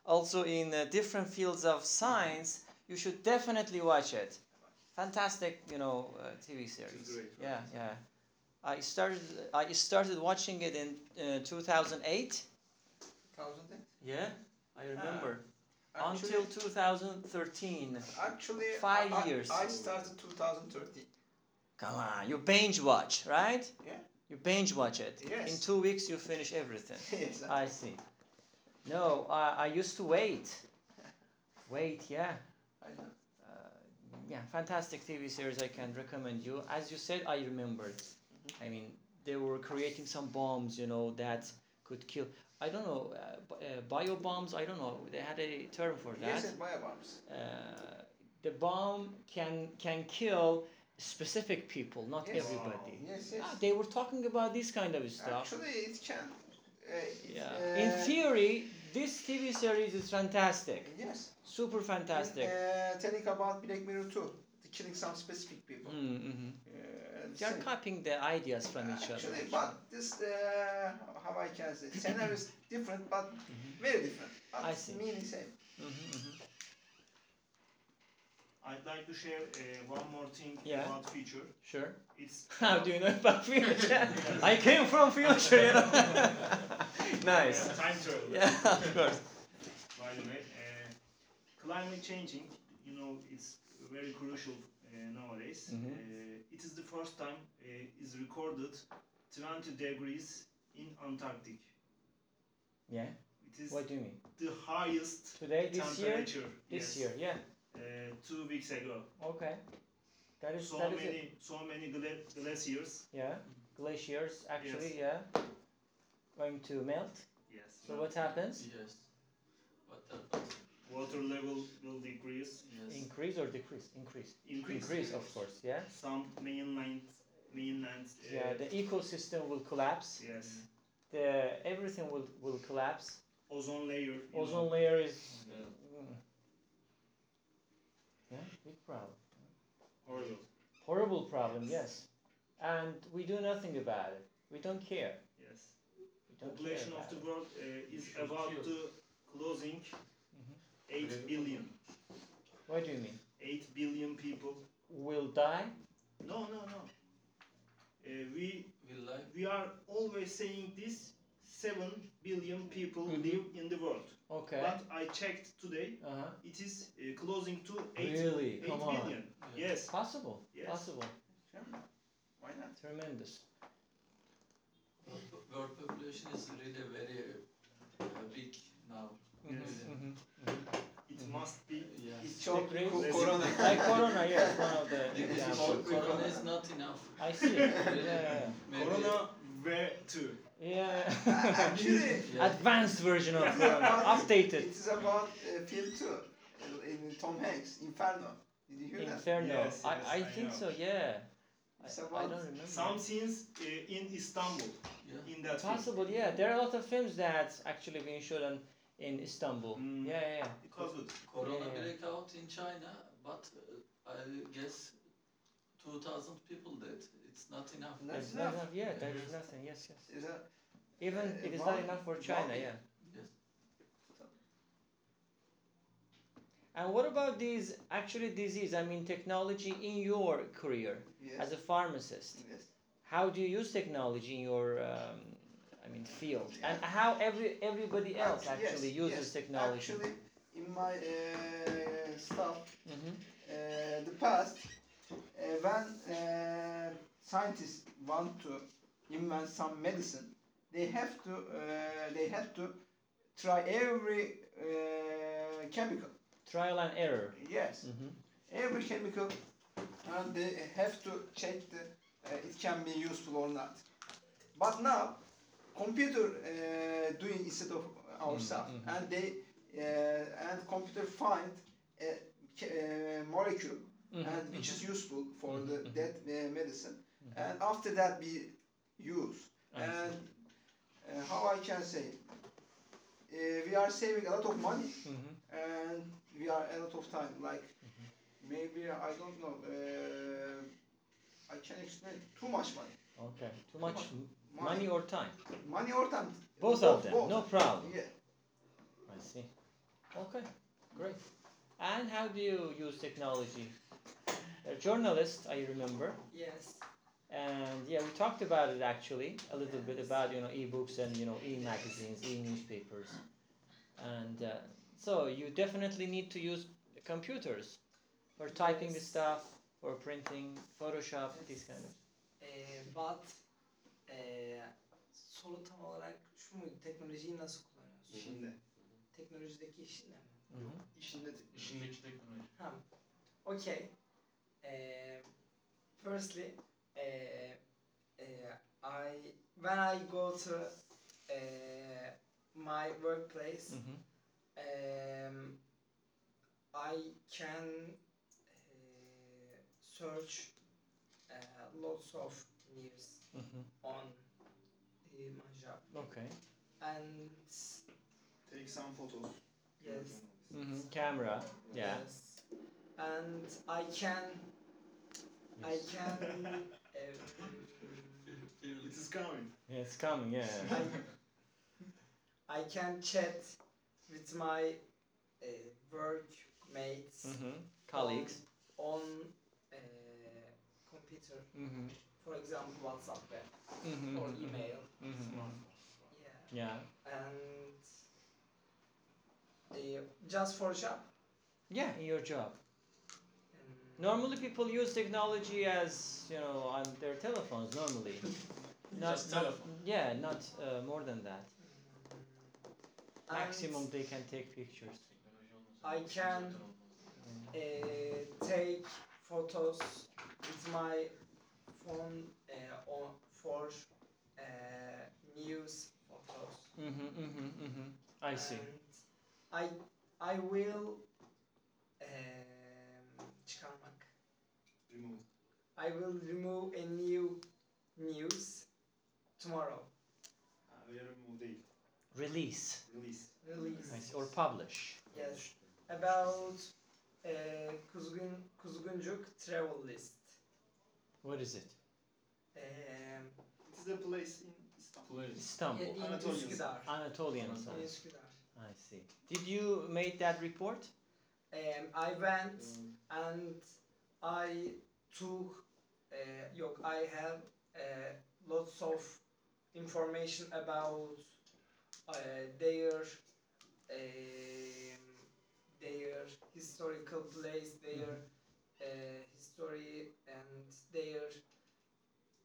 S1: also in uh, different fields of science, you should definitely watch it. Fantastic, you know, uh, TV series.
S3: great,
S1: yeah, yeah. I started. I started watching it in uh, 2008.
S8: 2008.
S1: Yeah, I remember.
S8: Actually,
S1: Uh, Until 2013.
S8: actually
S1: five
S8: I, I-
S1: years.
S8: I started 2013.
S1: Come on, you binge watch, right?
S8: Yeah.
S1: You binge watch it.
S8: Yes.
S1: In two weeks, you finish everything.
S8: yes.
S1: I see. No, I, I used to wait. Wait, yeah.
S8: I know.
S1: Uh,
S8: Mm-hmm.
S1: yeah, fantastic TV series I can recommend you. As you said, I remembered. I mean, they were creating some bombs, you know, that could kill. I don't know, uh, b- uh, bio bombs. I don't know. They had a term for that.
S8: Yes, yes, biobombs.
S1: Uh, the bomb can can kill specific people, not
S8: Yes.
S1: everybody.
S8: Yes, yes.
S1: Ah, they were talking about this kind of stuff.
S8: Actually, it can. Uh,
S1: yeah.
S8: uh,
S1: In theory, this TV series is fantastic,
S8: Yes.
S1: super fantastic.
S8: Uh, telling about Black Mirror 2, the killing some specific people.
S1: Mm-hmm.
S8: Uh,
S1: They are
S8: same.
S1: copying the ideas from each other.
S8: Actually, but this uh, how I can say scenario is different, but very different. But
S1: Mm-hmm. I see.
S8: Meaning same.
S1: Mhm, mhm.
S3: I'd like to share uh, one more thing
S1: Yeah.
S3: about future.
S1: Sure.
S3: It's
S1: How do you know about future? I came from future, you know. nice.
S3: Yeah, time travel.
S1: Yeah, of course.
S3: By the way, uh, climate changing, you know, it's very crucial uh, nowadays.
S1: Mhm.
S3: Uh, it is the first time uh, is recorded 20 degrees in Antarctic.
S1: Yeah.
S3: It is
S1: What do you mean?
S3: the highest
S1: Today, this year,
S3: temperature.
S1: this
S3: yes,
S1: year. Yeah.
S3: Uh, two weeks ago.
S1: Okay. That is
S3: So
S1: that is
S3: many,
S1: it.
S3: so many gla- glaciers.
S1: Yeah. Glaciers actually, yeah, going to melt.
S3: Yes.
S1: So what happens?
S5: Yes. What happens?
S3: Water level will decrease.
S5: Yes.
S1: Increase or decrease? Increase.
S3: Increase.
S1: Increase, of course. Yeah.
S3: Some mainland, mainland. Uh,
S1: Yeah. The ecosystem will collapse.
S3: Yes.
S1: The everything will will collapse.
S3: Ozone layer. you know.
S1: Ozone layer is.
S2: Yeah.
S1: Mm. Yeah. Big problem.
S3: Horrible.
S1: Horrible problem, yes. And we do nothing about it. We don't care.
S3: Yes.
S1: We don't care
S3: Population
S1: about
S3: of the
S1: it.
S3: world uh, is
S2: Should
S3: about
S2: kill.
S3: to closing
S1: Mhm.
S3: 8 billion.
S1: What do you mean?
S3: 8 billion people.
S1: Will die?
S3: No, no, no. Uh, we
S5: We like
S3: we are always saying this 7 billion people
S1: Mhm.
S3: live in the world.
S1: Okay.
S3: But I checked today
S1: uh-huh.
S3: it is uh, closing to 8
S1: Really?
S3: 8
S1: Come on.
S3: billion. Yes.
S1: Possible.
S3: Yes.
S1: Possible.
S8: Sure. Why not?
S1: Tremendous.
S5: world- world population is really very uh, big now.
S1: Mhm,
S5: Yes.
S1: mhm.
S3: It
S1: Mm-hmm.
S3: must be
S5: Yes.
S8: It's çok
S1: Agree.
S8: co-
S3: Yes.
S8: corona.
S1: like corona, yes, one of the
S5: This is
S1: examples.
S5: all- Corona is not enough.
S1: I see. Yeah, yeah,
S5: Maybe-
S3: Corona where to?
S1: yeah. Yeah.
S8: Actually,
S5: Yeah.
S1: Advanced version of corona,
S8: it
S1: updated.
S8: is about uh, film too. Uh, In Tom Hanks, Inferno. Did you hear that?
S1: Inferno.
S3: Yes,
S1: I,
S3: yes,
S1: I
S3: I
S1: think
S3: know.
S1: so. Yeah. I,
S8: It's
S1: I
S8: about
S1: don't remember.
S3: Some scenes uh, in Istanbul
S5: Yeah.
S3: in that film.
S1: Possible, yeah. There are a lot of films that actually being shot in, in Istanbul.
S3: Mm.
S1: Yeah, yeah, yeah.
S3: It was good.
S5: Corona
S1: Yeah.
S5: breakout in China, but uh, I guess 2,000 people dead. It's not enough.
S8: That's
S1: There's not
S8: enough.
S1: enough- Yeah, there is nothing. Yes, yes.
S8: Is that-
S1: Even
S8: Uh,
S1: it is
S8: one-
S1: not enough for
S8: one-
S1: China. Yeah.
S5: Yes.
S1: And what about these actually disease? I mean, technology in your career
S8: Yes.
S1: as a pharmacist.
S8: Yes.
S1: How do you use technology in your, um, I mean, field? And how every everybody else
S8: Actu- yes,
S1: actually
S8: yes.
S1: uses technology?
S8: Actually, in my uh, stuff,
S1: Mhm.
S8: uh, the past, uh, when uh, scientists want to invent some medicine, they have to uh, they have to try every uh, chemical.
S1: Trial and error.
S8: Yes,
S1: Mhm.
S8: every chemical, and they have to check the uh, it can be useful or not. But now, computer uh, doing instead of ourselves,
S1: mhm.
S8: and they uh, and computer find a, ch- uh molecule
S1: Mhm,
S8: and which is useful for
S1: Mhm,
S8: the
S1: mhm.
S8: that uh, medicine, and after that we use
S1: Mm-hmm. I see.
S8: and uh, how I can say. Uh, we are saving a lot of money
S1: Mhm.
S8: and we are a lot of time like maybe i don't know uh, i can explain too much money
S1: Okay. Too much m- money
S8: money
S1: or time?
S8: money or time
S1: Both of them.
S8: both.
S1: No problem.
S8: yeah
S1: I see. Okay, great. And how do you use technology? A journalist, I remember,
S7: Yes.
S1: and yeah, we talked about it actually a little bit about you know e-books and you know e-magazines, e-newspapers, and uh, so you definitely need to use computers for typing the
S7: Yes.
S1: stuff or printing, Photoshop, these
S7: Yes.
S1: kind of.
S7: Ee, but ee, soru tam olarak şu muydu? Teknolojiyi nasıl kullanıyorsun?
S8: şimdi
S7: Teknolojideki işinle mi?
S8: şimdi
S2: İşindeki teknoloji.
S7: Um, Okay. Ee, firstly, ee, ee, uh, I when I go to uh, my workplace,
S1: Mhm.
S7: um, I can uh, search uh, lots of news
S1: Mhm.
S7: on uh, my job,
S1: Okay.
S7: and
S3: Take some photos.
S7: yes,
S1: Mhm. Camera. Yeah.
S7: yes, and I can, I
S1: Yes.
S7: can. um,
S3: It is coming.
S1: Yeah, it's coming. Yeah. Mm-hmm.
S7: I, I can chat with my uh, workmates
S1: Mhm. Colleagues.
S7: on uh, computer,
S1: Mhm.
S7: for example WhatsApp web
S1: Mhm.
S7: or
S1: mhm,
S7: email.
S1: mhm.
S7: Yeah,
S1: Yeah.
S7: and uh, just for job.
S1: Yeah, in your job.
S7: And
S1: Normally, people use technology as you know on their telephones. Normally, not,
S2: Just
S1: not-
S2: telephone.
S1: yeah, not uh, more than that.
S7: and uh,
S1: Maximum they can take pictures.
S7: I can uh, take photos with my phone uh, on for uh, news photos.
S1: Mm-hmm, mm-hmm, mm-hmm. I see.
S7: And I I will um, çıkarmak.
S3: Remove.
S7: I will remove a new news tomorrow.
S3: Ha, öyle remove değil.
S1: Release.
S3: Release.
S7: Release.
S1: I see. Or publish.
S7: Yes. About uh, Kuzgun Kuzguncuk travel list.
S1: What is it?
S7: Um,
S3: It is a place in Istanbul.
S2: Please.
S1: Istanbul.
S7: in
S3: Anatolian.
S7: Üsküdar.
S1: Anatolian
S7: In
S1: side.
S7: Üsküdar.
S1: I see. Did you make that report?
S7: Um, I went and I took, uh, yok, I have uh, lots of information about uh, their um, their historical place, their uh, history, and their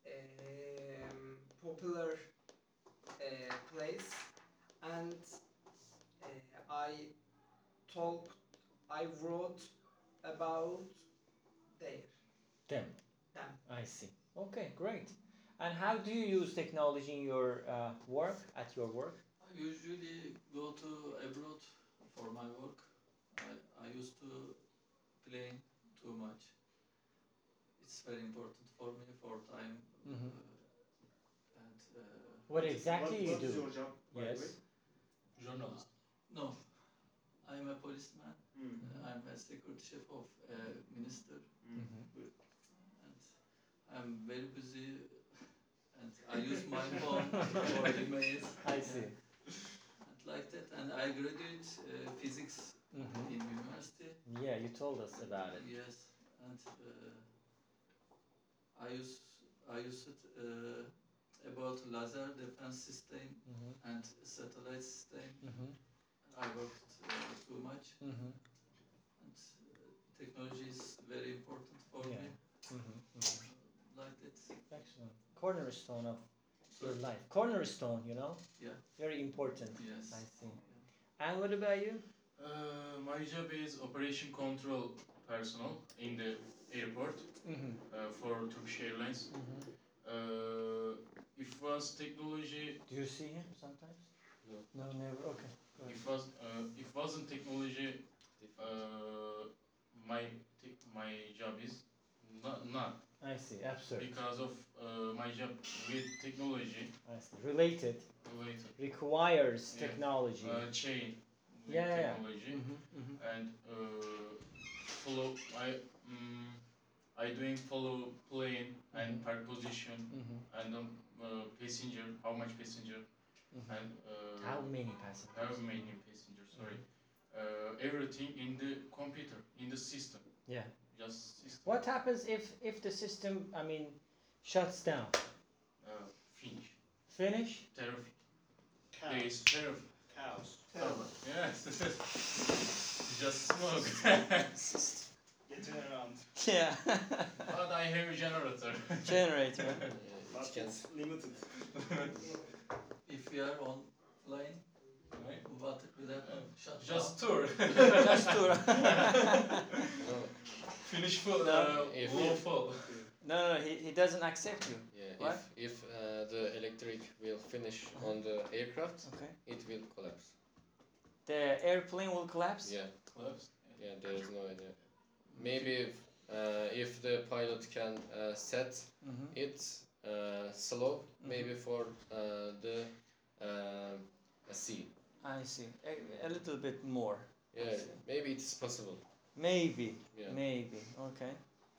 S7: um, popular uh, place, and uh, I talked, I wrote about there.
S1: Them.
S7: Them.
S1: I see. Okay, great. And how do you use technology in your uh, work, at your work?
S5: I usually go to abroad for my work. I, I used to play too much. It's very important for me for time
S1: Mhm.
S5: uh, and uh,
S1: What exactly
S3: what, what
S1: you
S3: is
S1: do?
S3: your job, by the
S1: Yes.
S3: way?
S2: Journalist.
S5: no. I'm a policeman. Uh,
S3: Hmm.
S5: I'm a secret chef of a minister,
S1: Mhm.
S5: and I'm very busy. And I use my phone for emails
S1: I see.
S5: and like that. And I graduate uh, physics
S1: Mhm.
S5: in university.
S1: Yeah, you told us about it.
S5: Yes, and uh, I use I use it uh, about laser defense system
S1: Mhm.
S5: and satellite system.
S1: Mhm.
S5: I worked uh, too much,
S1: Mhm.
S5: and uh, technology is very important for
S1: Yeah.
S5: me.
S1: Mhm. Mhm.
S5: Like that.
S1: Excellent. Cornerstone of your life. Cornerstone, you know?
S5: Yeah.
S1: Very important.
S5: Yes.
S1: I see. And what about you?
S2: Uh, my job is operation control personnel in the airport
S1: Mm-hmm.
S2: uh, for Turkish Airlines.
S1: Mm-hmm.
S2: Uh, if was technology,
S1: Do you see him sometimes?
S6: No.
S1: No, never. Okay.
S2: if was uh, if wasn't technology, uh, my te- my job is not, not
S1: I see. Absurd.
S2: because of uh, my job with technology
S1: I see. Related.
S2: related
S1: Requires
S2: Yeah.
S1: technology.
S2: uh, chain with
S1: Yeah, yeah, yeah.
S2: technology.
S1: Mm-hmm. Mm-hmm.
S2: and uh, follow I mm I doing follow plane and park position
S1: Mm-hmm.
S2: and um, uh, passenger how much passenger
S1: Mhm.
S2: and uh,
S1: How many passengers?
S2: how many passenger sorry uh, everything in the computer in the system
S1: Yeah.
S2: just system
S1: What happens if if the system, I mean, shuts down?
S2: uh, finish
S1: Finish?
S2: terrific
S3: Cow.
S2: there is terrific
S3: Cows.
S2: yes just smoke
S3: Getting around.
S1: Yeah.
S2: but I have a generator
S1: Generator.
S6: Yeah, it
S3: But
S6: can
S3: it's limited.
S5: If we are on plane,
S2: Right?
S5: what will happen? Shut down.
S2: just tour
S1: Just to.
S6: no,
S2: Finish full,
S1: No.
S2: uh,
S6: If-
S2: low full.
S1: No, no, no, he, he doesn't accept you.
S6: yeah,
S1: What?
S6: if if uh, the the electric will finish on the aircraft,
S1: Okay.
S6: it will collapse.
S1: The airplane will collapse.
S6: Yeah,
S4: Collapse.
S6: yeah, there is no idea. Maybe if, uh, if the pilot can uh, set
S1: hmm
S6: its uh, slope, maybe for uh, the uh, sea.
S1: I see. A, a little bit more.
S6: Yeah, maybe it's possible.
S1: Maybe.
S6: Yeah.
S1: Maybe. Okay.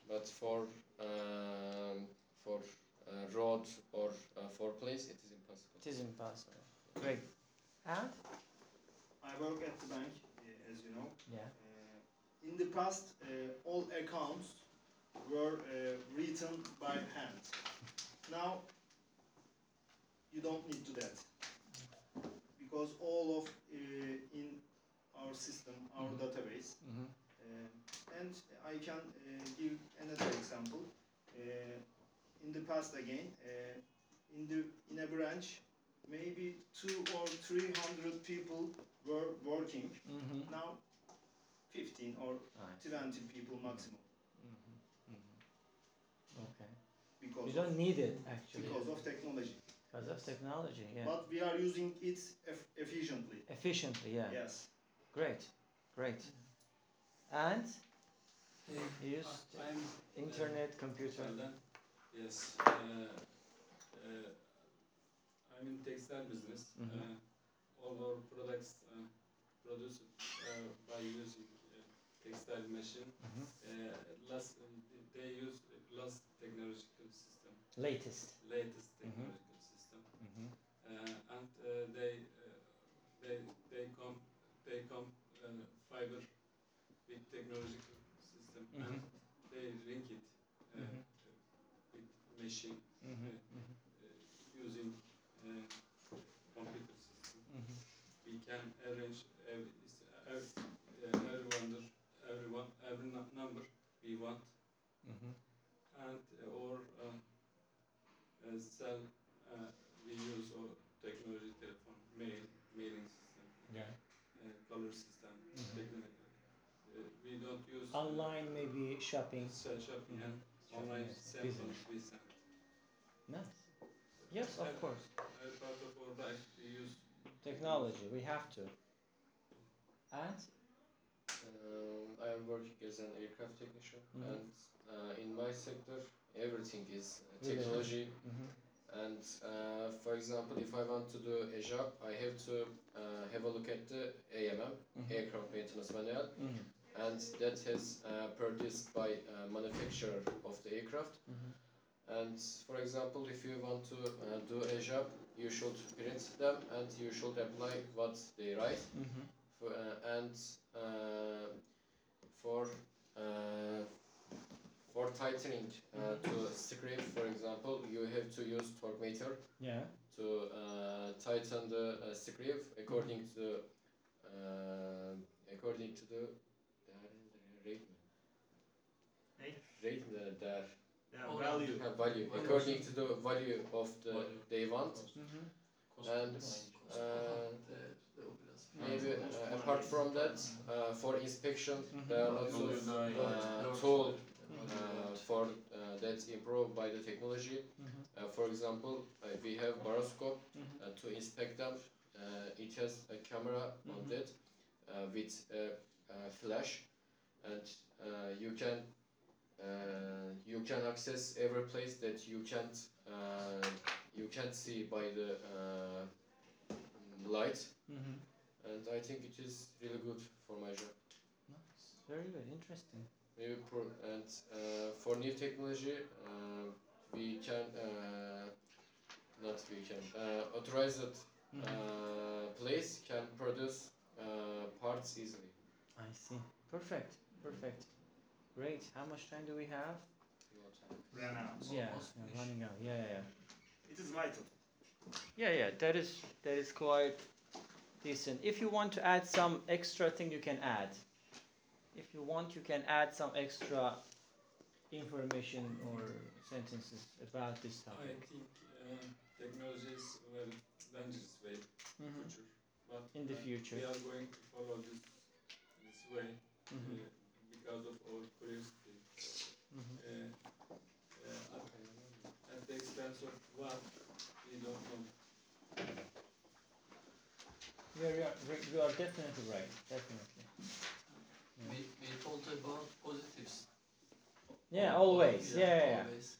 S6: but for um, for uh, road or uh, for place it is impossible.
S1: It is impossible. Great. Huh?
S3: I work at the bank, uh, as you know.
S1: Yeah.
S3: Uh, in the past, uh, all accounts were uh, written by hand. Now, you don't need to that because all of uh, in our system, our
S1: Mhm.
S3: database,
S1: hmm
S3: uh, and I can uh, give another example. Uh, in the past, again, uh, in the in a branch, maybe two or three hundred people were working.
S1: hmm
S3: Now, fifteen or twenty people maximum
S1: Mm-hmm, Okay. We
S3: because
S1: don't need it actually
S3: because of technology.
S1: because of technology. Yeah.
S3: But we are using it eff- efficiently.
S1: Efficiently. Yeah.
S3: Yes.
S1: Great. Great. And
S4: Yeah.
S1: you use
S4: Ah, I'm
S1: internet, computer.
S4: Tekstilden. Yes. Uh, uh, I'm in textile business.
S2: Mm-hmm.
S1: Mhm.
S4: Uh, all our products uh, produced uh, by using uh, textile machine.
S1: Mhm.
S4: Uh, last, they use last technological system,
S1: Latest.
S4: latest
S1: Mhm.
S4: technological system,
S1: hmm
S4: uh, and uh, they uh, they they come they come uh, fiber with technological system and they link it. Uh,
S1: Mhm.
S4: with machine
S1: hmm
S4: uh, using uh, computer system.
S1: mm-hmm.
S4: We can arrange every, is- every, uh, everyone, everyone, every nu- number we want,
S1: hmm
S4: and uh, or uh, uh, cell uh, we use or technology telephone, mail, mailing system,
S1: Yeah.
S4: uh, color system,
S1: Mhm.
S4: technology. Uh, we don't use uh,
S1: Online maybe shopping.
S4: cell shopping
S1: Mhm.
S4: and online
S1: Shopping, yes,
S4: sample
S1: business.
S4: we send.
S1: Nice. Yes, of
S4: Every-
S1: course.
S4: every Uh, part of our life we use
S1: Technology. We have to. And
S6: Um, I am working as an aircraft technician,
S1: Mhm.
S6: and uh, in my sector everything is uh,
S1: Related.
S6: technology.
S1: Mhm.
S6: And uh, for example, if I want to do a job, I have to uh, have a look at the AMM
S1: Mhm.
S6: aircraft maintenance manual,
S1: Mhm.
S6: and that is uh, produced by uh, manufacturer of the aircraft.
S1: Mhm.
S6: And for example, if you want to uh, do a job, you should print them and you should apply what they write.
S1: Mhm.
S6: For, uh, and uh, for uh, for tightening uh, to screw, for example, you have to use torque meter
S1: Yeah.
S6: to uh, tighten the uh, screw according to uh, according to the rate
S3: Hey?
S6: rate uh, their
S3: Their
S5: All
S3: value.
S6: uh, value
S5: Value.
S6: according to the value of the
S2: Value.
S6: they want
S1: Mhm.
S6: and uh, maybe uh, apart from that uh, for inspection there are lots of
S1: e,
S6: uh, tool uh, for uh, that's improved by the technology.
S1: Mhm.
S6: Uh, for example, uh, we have baroscope
S1: Mhm.
S6: uh, to inspect them. Uh, it has a camera on
S1: Mhm.
S6: that uh, with a, a flash, and uh, you can uh, you can access every place that you can't uh, you can't see by the uh, light.
S1: Mhm.
S6: And I think it is really good for my job.
S1: Nice. Very good. Interesting.
S6: Maybe pro- and uh, for new technology, uh, we can uh, not we can uh, authorized
S1: Mhm.
S6: uh, place can produce uh, parts easily.
S1: I see. Perfect. Perfect. Great. How much time do we have?
S3: Ran out.
S1: yeah.
S5: almost
S1: yeah,
S5: finished.
S1: Running out. Yeah. Yeah. yeah.
S3: It is vital.
S1: Yeah, yeah, that is that is quite decent. If you want to add some extra thing, you can add. If you want, you can add some extra information or sentences about
S4: I
S1: this topic
S4: think uh, technology is very dangerous way
S1: Mhm.
S4: future, but
S1: in the
S4: uh,
S1: future.
S4: we are going to follow this this way
S1: Mhm,
S4: uh, because of our curiosity.
S1: mhm.
S4: Uh, uh, at, at the expense of what we don't know.
S1: Yeah, you are, you are definitely right. Definitely.
S5: We, we talked about positives.
S1: Yeah, always. Yeah, yeah, yeah.
S5: always.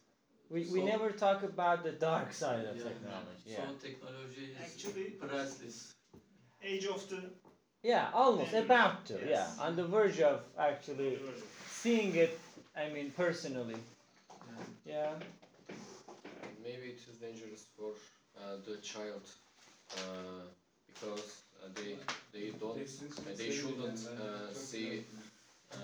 S1: We, we
S5: So-
S1: never talk about the dark side of
S5: Yeah.
S1: technology. Yeah.
S5: So technology is
S3: Actually-
S5: priceless.
S3: Age of the
S1: yeah, almost
S3: Maybe.
S1: about to.
S3: Yes.
S1: Yeah, on the verge of actually seeing it. I mean, personally.
S5: Yeah.
S1: Yeah.
S6: And maybe it is dangerous for uh, the child uh, because uh, they they don't uh, they shouldn't uh, see uh,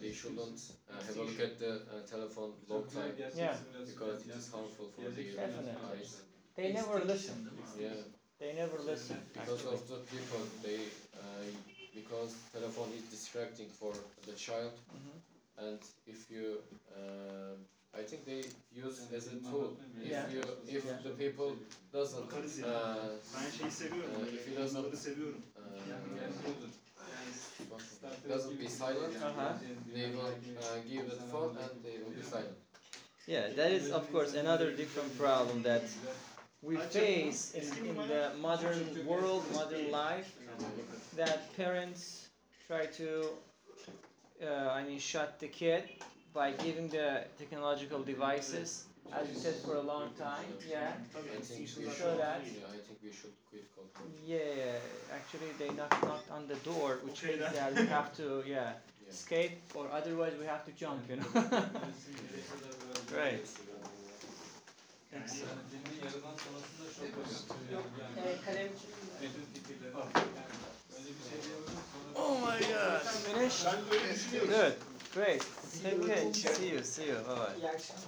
S6: they shouldn't uh, have a look at the uh, telephone long time
S1: Yeah.
S6: because it is harmful for their
S1: Definitely.
S6: eyes.
S1: They never listen.
S6: Yeah,
S1: They never listen.
S6: because
S1: actually.
S6: of the people they uh, because telephone is distracting for the child
S1: Mhm.
S6: and if you uh, I think they use it as a tool. If
S1: Yeah.
S6: you if
S1: Yeah.
S6: the people doesn't
S3: Bakarız ya.
S6: uh,
S3: Ben şeyi seviyorum.
S6: Ee,
S3: böyle,
S6: biraz-
S3: bunları seviyorum.
S6: uh, doesn't be silent,
S1: Uh-huh.
S6: they will uh, give the phone and they will be silent.
S1: Yeah, that is of course another different problem that we
S3: Acaba-
S1: face in, in the modern world, modern life. That parents try to, uh, I mean, shut the kid by giving the technological devices, as you said, for a long time. Yeah.
S3: Tabii
S6: I think we
S3: extinction'lar
S6: should,
S1: Şöyle.
S3: falan
S6: yeah,
S1: that.
S3: değil.
S6: I think we should quit control.
S1: Yeah, actually they knock knocked on the door, which
S3: Okay,
S1: means
S3: then.
S1: that we have to yeah
S6: Yeah.
S1: escape or otherwise we have to jump, you know. right.
S3: Yani
S4: yarından sonrasında çok basit.
S7: Ee,
S8: Uh,
S7: kalemciğim de.
S4: Metin fikirleri. Yani Öyle bir şey diyebilirim. sonra-
S1: my God. Finish.
S3: Ben böyle düşünüyorum.
S1: Good. Great. Okay. See you. See you. Bye bye.
S7: İyi akşamlar.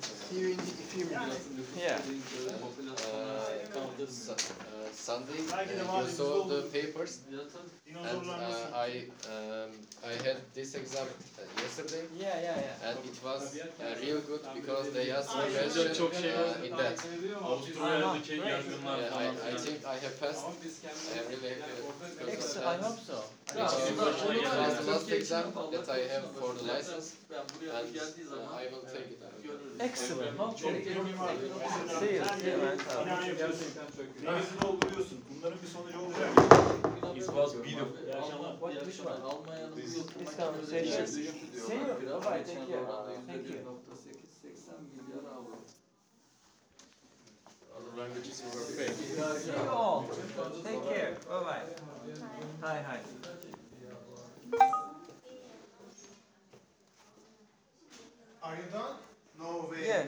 S8: See you in a few
S3: Yani-
S8: minutes.
S1: Yeah.
S6: Uh, Su- uh, Sunday,
S3: Belki de
S6: uh, you
S3: vaadimiz
S6: saw the
S3: doldu.
S6: papers and
S3: Dinozorlar
S6: uh,
S3: nasıl?
S6: I um, I had this exam uh, yesterday
S1: Yeah, yeah, yeah.
S6: and it was uh, real good because they asked
S3: Ay,
S6: me question
S2: çok şey var.
S6: uh, in that.
S2: Avustralya'daki
S1: Aha, right.
S2: yangınlar
S6: Yeah, I,
S2: falan
S6: I
S2: filan.
S6: think I have passed.
S4: Ama biz kendimiz-
S6: I am really happy
S4: Yani orada
S6: because
S4: ne
S6: of
S1: Excellent.
S4: kadar-
S1: I
S6: that.
S1: hope so.
S6: Yeah,
S1: Yeah.
S6: it's
S1: But-
S6: unfortunately
S1: but-
S6: was the last exam that I have for the license
S5: Ben buraya
S6: and
S5: geldiği
S6: uh,
S5: zaman
S6: I will take it. out.
S5: görürüz.
S1: Excellent.
S3: Çok
S1: Hopefully.
S3: teorim var. Mesela
S1: See you,
S3: sen
S1: see you,
S3: bir
S1: man. Sağ ol.
S3: bina yapıyorsun.
S4: Gerçekten çok güzel.
S3: Neyini dolduruyorsun? Bunların bir sonucu olacak.
S2: It was beautiful.
S1: İyi akşamlar.
S5: Alman- iyi
S1: What- which
S5: akşamlar. Almanya'nın
S2: This-
S5: bu yıl
S1: this
S5: makine
S1: conversation-
S5: üretimi düştü diyorlar
S1: Senior,
S5: biraz.
S1: bye,
S5: Geçen
S1: thank you.
S5: oranda
S1: Thank you.
S5: %1.8, 80 milyar avro.
S2: Other languages were fake.
S1: See you all. Take care. Bye bye. Hi, hi.